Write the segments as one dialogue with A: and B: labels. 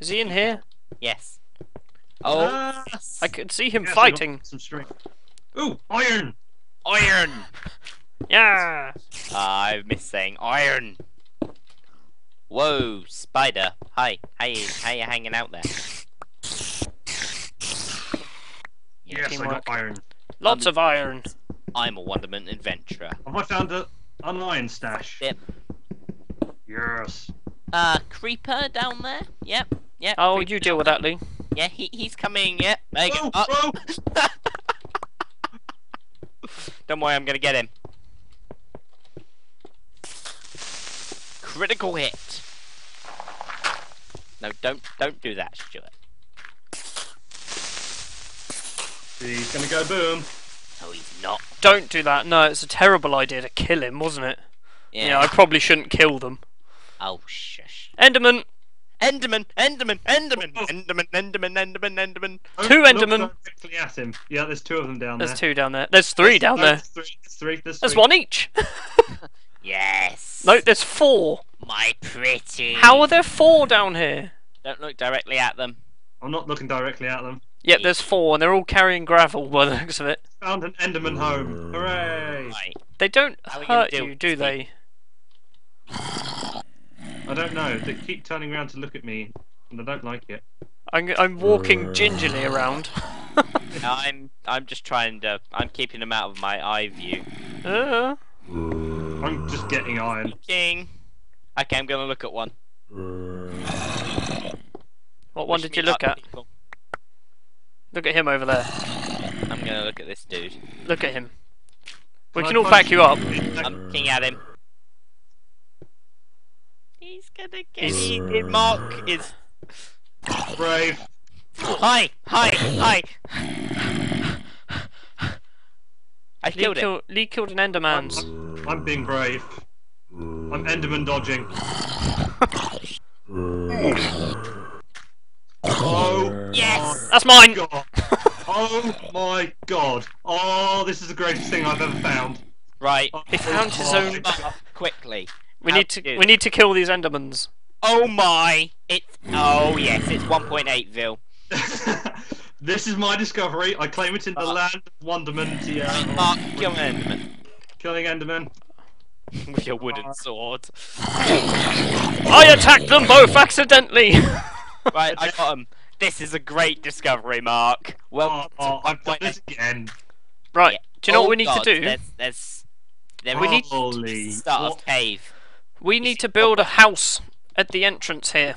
A: Is he in here?
B: Yes.
A: Oh,
C: Yes.
A: I could see him
C: Yes, we got
A: fighting.
C: Some strength. Ooh, iron!
B: Iron! Ah,
A: Yeah.
B: I miss saying iron. Whoa, spider. Hi. How you, how you hanging out there?
C: Yes, I
A: teamwork.
C: got iron.
A: Lots of iron.
B: I'm a wonderment adventurer.
C: Have I found a, an iron stash?
B: Yep.
C: Yes.
B: Uh, creeper down there? Yep. Yep.
A: Oh,
B: creeper
A: you
B: down
A: deal with that, Lee.
B: there. Yeah, he, he's coming. Yep. There you go.
C: Oh,
B: Oh,
C: oh,
B: Don't worry, I'm gonna get him. Critical hit. No, don't don't do that, Stuart.
C: He's gonna go boom.
B: No, he's not.
A: Don't do that. No, it's a terrible idea to kill him, wasn't it?
B: Yeah.
A: I probably shouldn't kill them.
B: Oh shush.
A: Enderman.
B: Enderman, Enderman, Enderman,
C: Oh.
B: Enderman, Enderman, Enderman, Enderman.
C: Don't
A: Two
C: Oh, look
A: Enderman.
C: directly at him. Yeah, there's two of them down
A: There's
C: there.
A: two down there. There's three down
C: No,
A: there.
C: There's three. There's three. There's,
A: There's
C: three.
A: one each.
B: Yes.
A: No, there's four.
B: My pretty.
A: How are there four down here?
B: Don't look directly at them.
C: I'm not looking directly at them.
A: Yep, there's four, and they're all carrying gravel by the looks of it.
C: Found an Enderman home. Hooray!
B: Right.
A: They don't
B: How we gonna
A: hurt
B: deal
A: you,
B: with
A: do
B: these
A: they?
C: I don't know. They keep turning around to look at me, and I don't like it.
A: I'm, I'm walking gingerly around.
B: I'm I'm just trying to. I'm keeping them out of my eye view.
A: Uh,
C: I'm just getting iron.
B: King. Okay, I'm gonna look at one.
A: what one
B: Wish
A: did
B: me
A: you look
B: luck,
A: at?
B: people.
A: Look at him over there.
B: I'm gonna look at this dude.
A: Look at him. We
C: Can
A: can
C: I
A: all
C: punch
A: back you up.
C: Um,
B: I'm looking at him. He's gonna get
A: He's-
B: me. The Mark is.
C: Brave.
B: Hi! Hi! Hi! I
A: Lee
B: killed him.
A: kill- Lee killed an Enderman's.
C: I'm, I'm being brave. I'm Enderman dodging. oh
B: Yes!
A: That's mine.
C: god! Oh my god! Oh, this is the greatest thing I've ever found.
B: Right.
C: Oh,
A: He found his
C: my
A: own-
C: God.
B: Quickly.
A: We
B: How
A: need to
B: cute.
A: we need to kill these Endermans.
B: Oh my! It's. Oh yes, it's 1.8ville.
C: this is my discovery. I claim it in
A: Uh,
C: the land of wonderment. Yeah,
B: Mark, kill an Enderman.
C: killing Enderman.
B: With your wooden sword.
A: I attacked them both accidentally.
B: Right, I got him. This is a great discovery, Mark. Well, oh
C: Oh, oh, I've done this again.
A: right. Do you know what we need
B: God,
A: to do?
B: There's, there's, there
A: We
B: we
A: need-
B: need
C: Holy.
B: start
C: what-
B: of cave.
A: We need to build a house at the entrance here.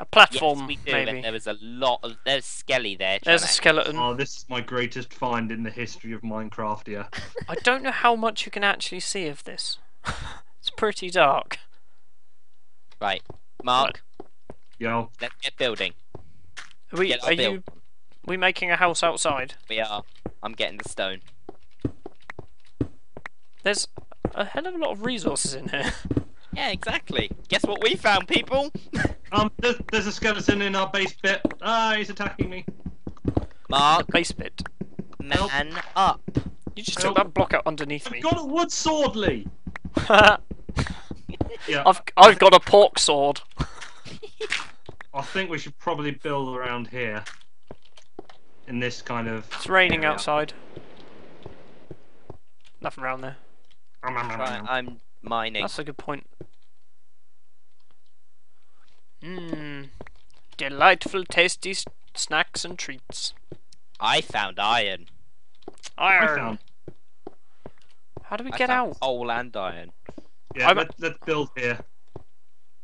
A: A platform,
B: yes, we do.
A: maybe.
B: And there was a lot of there's Skelly there.
A: There's a
B: trying to-
A: skeleton.
C: Oh, this is my greatest find in the history of Minecraft. Yeah.
A: I don't know how much you can actually see of this. it's pretty dark.
B: right, Mark.
C: Yo.
B: Let's get building.
A: Are we
B: Get our
A: are
B: build.
A: you we making a house outside?
B: We are. I'm getting the stone.
A: There's a hell of a lot of resources in here.
B: Yeah, exactly. Guess what we found, people?
C: Um, there's, there's a skeleton in our base pit. Ah, he's attacking me.
B: Mark,
A: Base bit.
C: Help.
B: man up.
A: You just
C: Help.
A: took that block out underneath
C: I've
A: me.
C: got a wood sword, Lee. Yeah.
A: I've I've got a pork sword.
C: I think we should probably build around here. In this kind of.
A: It's raining
C: area.
A: outside. Nothing around there.
C: Um, um, um,
B: Right,
C: um.
B: I'm mining.
A: That's a good point. Mmm. Delightful, tasty s- snacks and treats.
B: I found iron.
C: I
A: Iron.
C: found.
A: How do we
B: I
A: get
B: found
A: out?
B: Coal and iron.
C: Yeah,
A: I'm-
C: let, let's build here.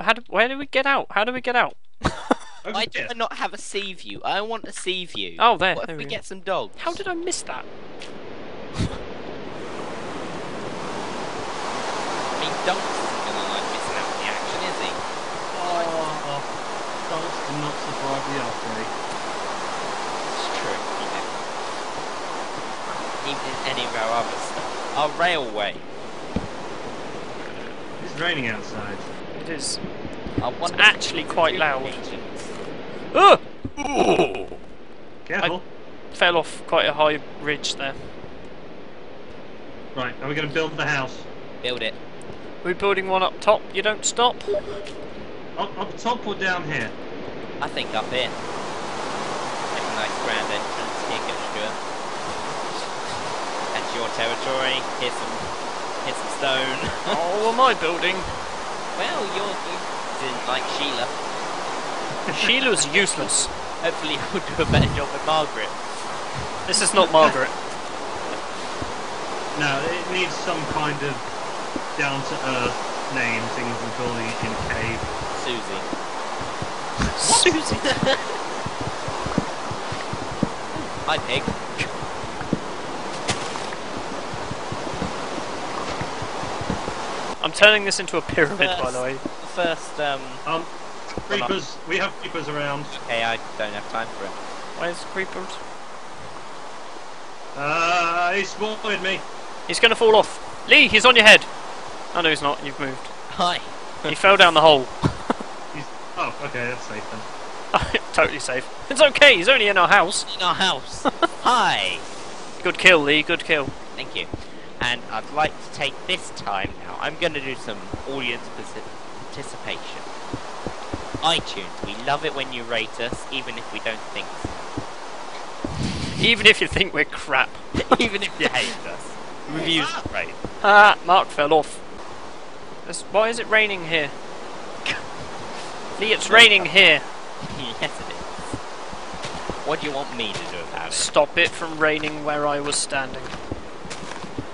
A: How do, where do we get out? How do we get out?
C: Over
B: Why do
C: here.
B: I not have a sea view? I want a sea view.
A: Oh, there.
B: What
A: there
B: if we
A: go.
B: get some dogs?
A: How did I miss that?
B: I mean, dogs isn't gonna like missing out on the action, is he?
C: Oh, and not survive the upgrade.
B: It's true. You know. Even in any of our other stuff. Our railway.
C: It's raining outside.
A: It is.
B: Our it's
A: actually quite loud. Ugh!
C: Careful.
A: Fell off quite a high ridge there.
C: Right, are we going to build the house?
B: Build it.
A: We're building one up top. You don't stop.
C: Up, up top or down here?
B: I think up here. Like a nice grand entrance. Here goes Stuart. That's your territory. Here's some, here's some stone.
A: oh, am I building?
B: well, you're, you didn't like Sheila.
A: Sheila's useless.
B: Hopefully, we'll do a better job with Margaret.
A: This is not Margaret.
C: No, it needs some kind of down to earth name, things and calling it in cave.
B: Susie.
A: Susie.
B: Hi, pig.
A: I'm turning this into a pyramid, by
B: First.
A: the way.
B: First, um.
C: Um, creepers, we have creepers around.
B: Okay, I don't have time for it.
A: Where's creepers?
C: Uh, he spotted me.
A: He's going to fall off. Lee, he's on your head. Oh no, he's not. You've moved.
B: Hi.
A: He fell down the hole.
C: He's, oh, okay, that's safe then.
A: totally safe. It's okay. He's only in our house.
B: In our house. Hi.
A: Good kill, Lee. Good kill.
B: Thank you. And I'd like to take this time now. I'm going to do some audience partic- participation. iTunes. We love it when you rate us, even if we don't think,
A: Even if you think we're crap.
B: even if you hate us. Reviews are great.
A: Ah, Mark fell off. That's- why is it raining here? Lee, it's raining here.
B: yes, it is. What do you want me to do about it?
A: Stop it from raining where I was standing.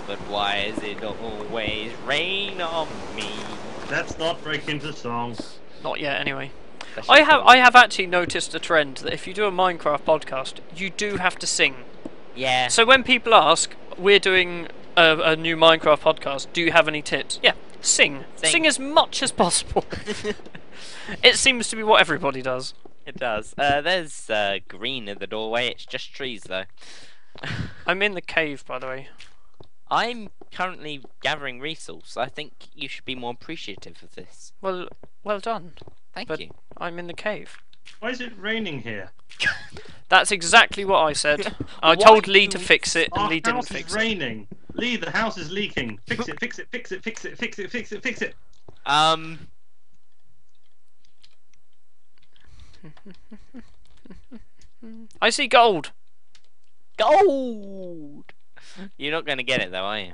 B: But why is it always rain on me?
C: Let's not break into songs.
A: Not yet, anyway.
B: Especially
A: I have
B: when-
A: I have actually noticed a trend that if you do a Minecraft podcast, you do have to sing.
B: Yeah.
A: So when people ask, we're doing a, a new Minecraft podcast. Do you have any tips? Yeah, sing.
B: Sing.
A: Sing, as much as possible. it seems to be what everybody does.
B: It does. Uh, there's uh, green in the doorway. It's just trees, though.
A: I'm in the cave, by the way.
B: I'm currently gathering resource. I think you should be more appreciative of this.
A: Well, well done.
B: Thank
A: But
B: you.
A: I'm in the cave.
C: Why is it raining here?
A: That's exactly what I said. I
B: Why
A: told Lee
B: do
A: to
B: we-
A: fix it, and
C: Our
A: Lee didn't
C: house
A: fix
C: is
A: it.
C: raining. Lee, the house is leaking. Fix it, fix it, fix it, fix it, fix it, fix it, fix it.
B: Um.
A: I see gold.
B: Gold. You're not going to get it though, are you?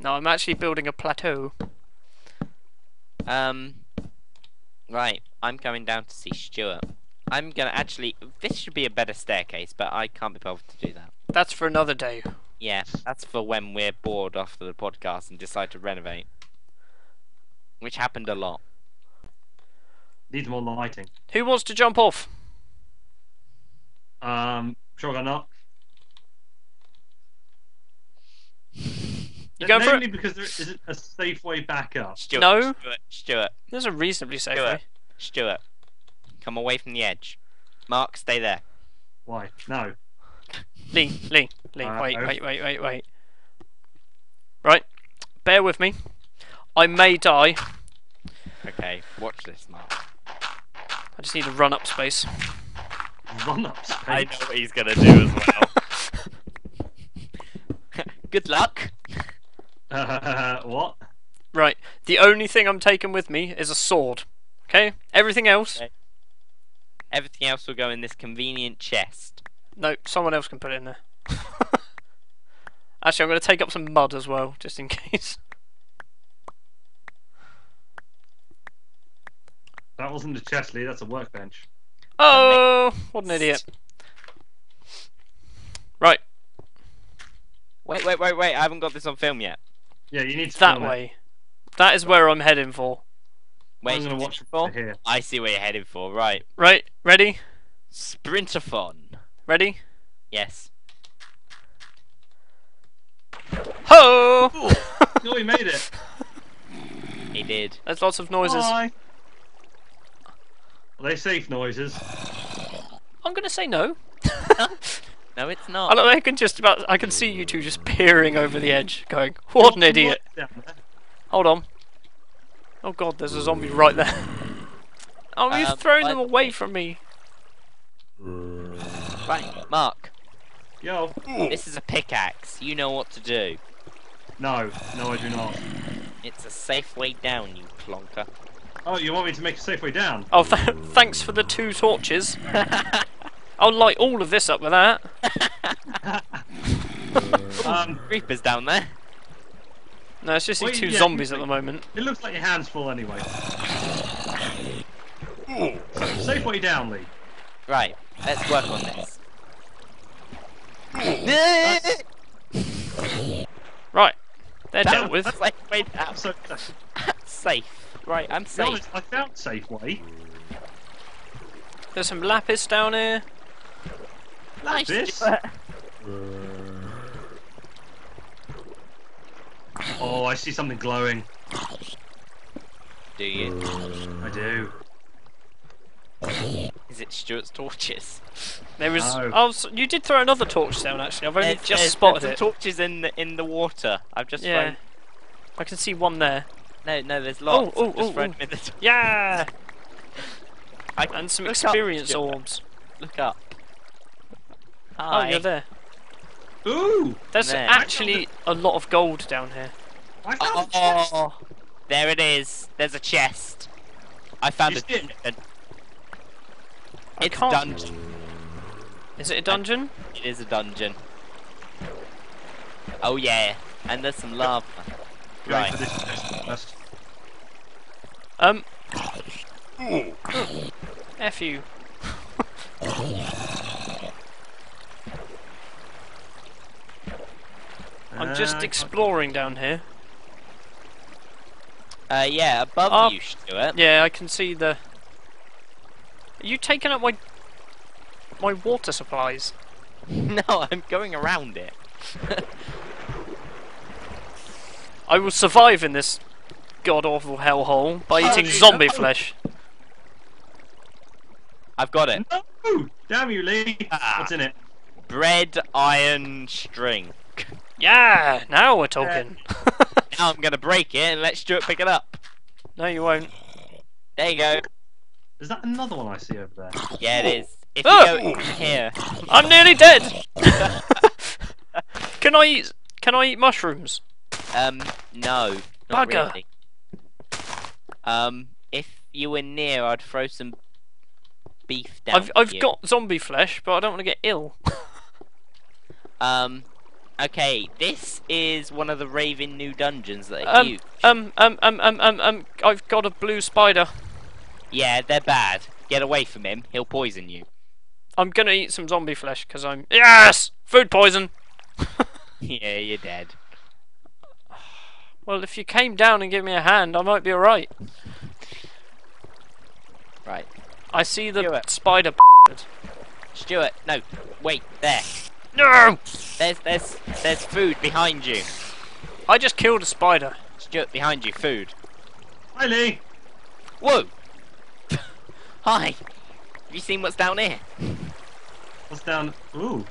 A: No, I'm actually building a plateau.
B: Um. Right. I'm going down to see Stuart. I'm gonna actually. This should be a better staircase, but I can't be bothered to do that.
A: That's for another day.
B: Yeah, that's for when we're bored after the podcast and decide to renovate, which happened a lot.
C: Needs more lighting.
A: Who wants to jump off?
C: Um, sure or not.
A: You going for
C: Mainly because there isn't a safe way back up.
B: Stuart.
A: No.
B: Stuart. Stuart.
A: There's a reasonably safe
B: Do
A: way.
B: it. Stuart, come away from the edge. Mark, stay there.
C: Why? No.
A: Lee, Lee, Lee,
C: Uh,
A: wait,
C: oh.
A: wait, wait, wait, wait. Right, bear with me. I may die.
B: Okay, watch this, Mark.
A: I just need to run up space.
C: Run up space.
B: I know what he's gonna do as well. Good luck.
C: Uh, what?
A: Right, the only thing I'm taking with me is a sword. Okay? Everything else?
B: Okay. Everything else will go in this convenient chest.
A: No, someone else can put it in there. Actually, I'm going to take up some mud as well, just in case.
C: That wasn't a chest, Lee. That's a workbench.
A: Oh, what an idiot. Right,
B: Wait, wait, wait, wait! I haven't got this on film yet.
C: Yeah, you need to
A: that
C: film it.
A: way. That is where I'm heading for.
B: Wait,
C: I'm gonna watch it
B: for?
C: here.
B: I see where you're headed for. Right,
A: Right, ready?
B: Sprintathon.
A: Ready?
B: Yes.
A: Ho!
C: No, Oh, we made it.
B: He did.
A: There's lots of noises.
C: Bye. Are they safe noises?
A: I'm gonna say no.
B: No, it's
A: I,
B: not.
A: don't- I can just about. I can see you two just peering over the edge, going, "What an idiot!"
C: Down there.
A: Hold on. Oh god, there's a zombie right there. Oh, you're
B: Um,
A: throwing them
B: I-
A: away from me.
B: Right, Mark,
C: Yo.
B: this is a pickaxe. You know what to do.
C: No, no, I do not.
B: It's a safe way down, you plonker.
C: Oh, you want me to make a safe way down?
A: Oh, th- thanks for the two torches. I'll light all of this up with that.
C: Um,
B: Reaper's down there.
A: No, it's just these
C: Well,
A: two
C: yeah,
A: zombies
C: you-
A: at the moment.
C: it looks like your hand's full anyway. So, safe way down, Lee.
B: Right, let's work on this. that
A: Right, they're
C: That-
A: dealt with.
B: was like way down.
C: So, to
B: Safe. Right, I'm
C: be
B: safe.
C: honest, I found safe way.
A: There's some lapis down here.
B: Nice.
C: This?
B: Stuart.
C: Oh, I see something glowing.
B: Do you?
C: I do.
B: Is it Stuart's torches?
A: There is.
C: No.
A: Oh, so you did throw another torch down actually. I've only
B: There's-
A: just
B: there's-
A: spotted
B: there's
A: it.
B: some torches in the in the water. I've just
A: yeah.
B: thrown.
A: I can see one there.
B: No, no, there's lots.
A: oh,
B: I've just
A: oh,
B: thrown
A: oh.
B: them in the t-
A: Yeah,
B: I
A: and some
B: look up,
A: experience
B: Stuart,
A: orbs.
B: Look up.
A: Oh,
B: Hi.
A: you're there.
C: Ooh!
A: There's
B: There.
A: actually a lot of gold down here.
C: I found
B: Oh,
C: a chest!
B: there it is. There's a chest. I found
C: You
B: a
C: see it?
B: dungeon.
A: I
B: It's a
A: can't-
B: dungeon.
A: Is it a dungeon?
B: It is a dungeon. Oh yeah, and there's some lava.
C: Going
B: Right.
C: for this chest first.
A: Um. F you. I'm
C: Uh,
A: just exploring down here.
B: Uh, yeah, above
A: Oh.
B: you, Stuart.
A: Yeah, I can see the. Are you taking up my my water supplies?
B: No, I'm going around it.
A: I will survive in this god awful hellhole by eating
B: Oh,
C: Holy
A: zombie
C: no.
A: flesh.
B: I've got it.
C: No! Damn you, Lee!
B: Ah.
C: What's in it?
B: Bread, iron, string.
A: Yeah, now we're talking.
B: Uh, Now I'm gonna break it and let Stuart pick it up.
A: no, you won't.
B: There you go.
C: Is that another one I see over there?
B: Yeah, it is. If
A: Oh.
B: you go here,
A: I'm nearly dead. can I eat? Can I eat mushrooms?
B: um, no, not
A: Bugger.
B: really. Um, if you were near, I'd throw some beef down.
A: I've
B: for
A: I've
B: you.
A: got zombie flesh, but I don't want to get ill.
B: Um, okay, this is one of the Raven new dungeons that are
A: Um,
B: huge.
A: um, um, um, um, um, um, I've got a blue spider.
B: Yeah, they're bad. Get away from him. He'll poison you.
A: I'm gonna eat some zombie flesh because I'm yes, food poison.
B: yeah, you're dead.
A: Well, if you came down and gave me a hand, I might be alright.
B: Right,
A: I see the
B: Do it.
A: spider.
B: Stuart. No, wait. There.
A: No,
B: There's there's there's food behind you.
A: I just killed a spider.
B: Stuart, behind you. Food.
C: Hi, Lee!
B: Whoa. Hi. Have you seen what's down here?
C: What's down? Ooh,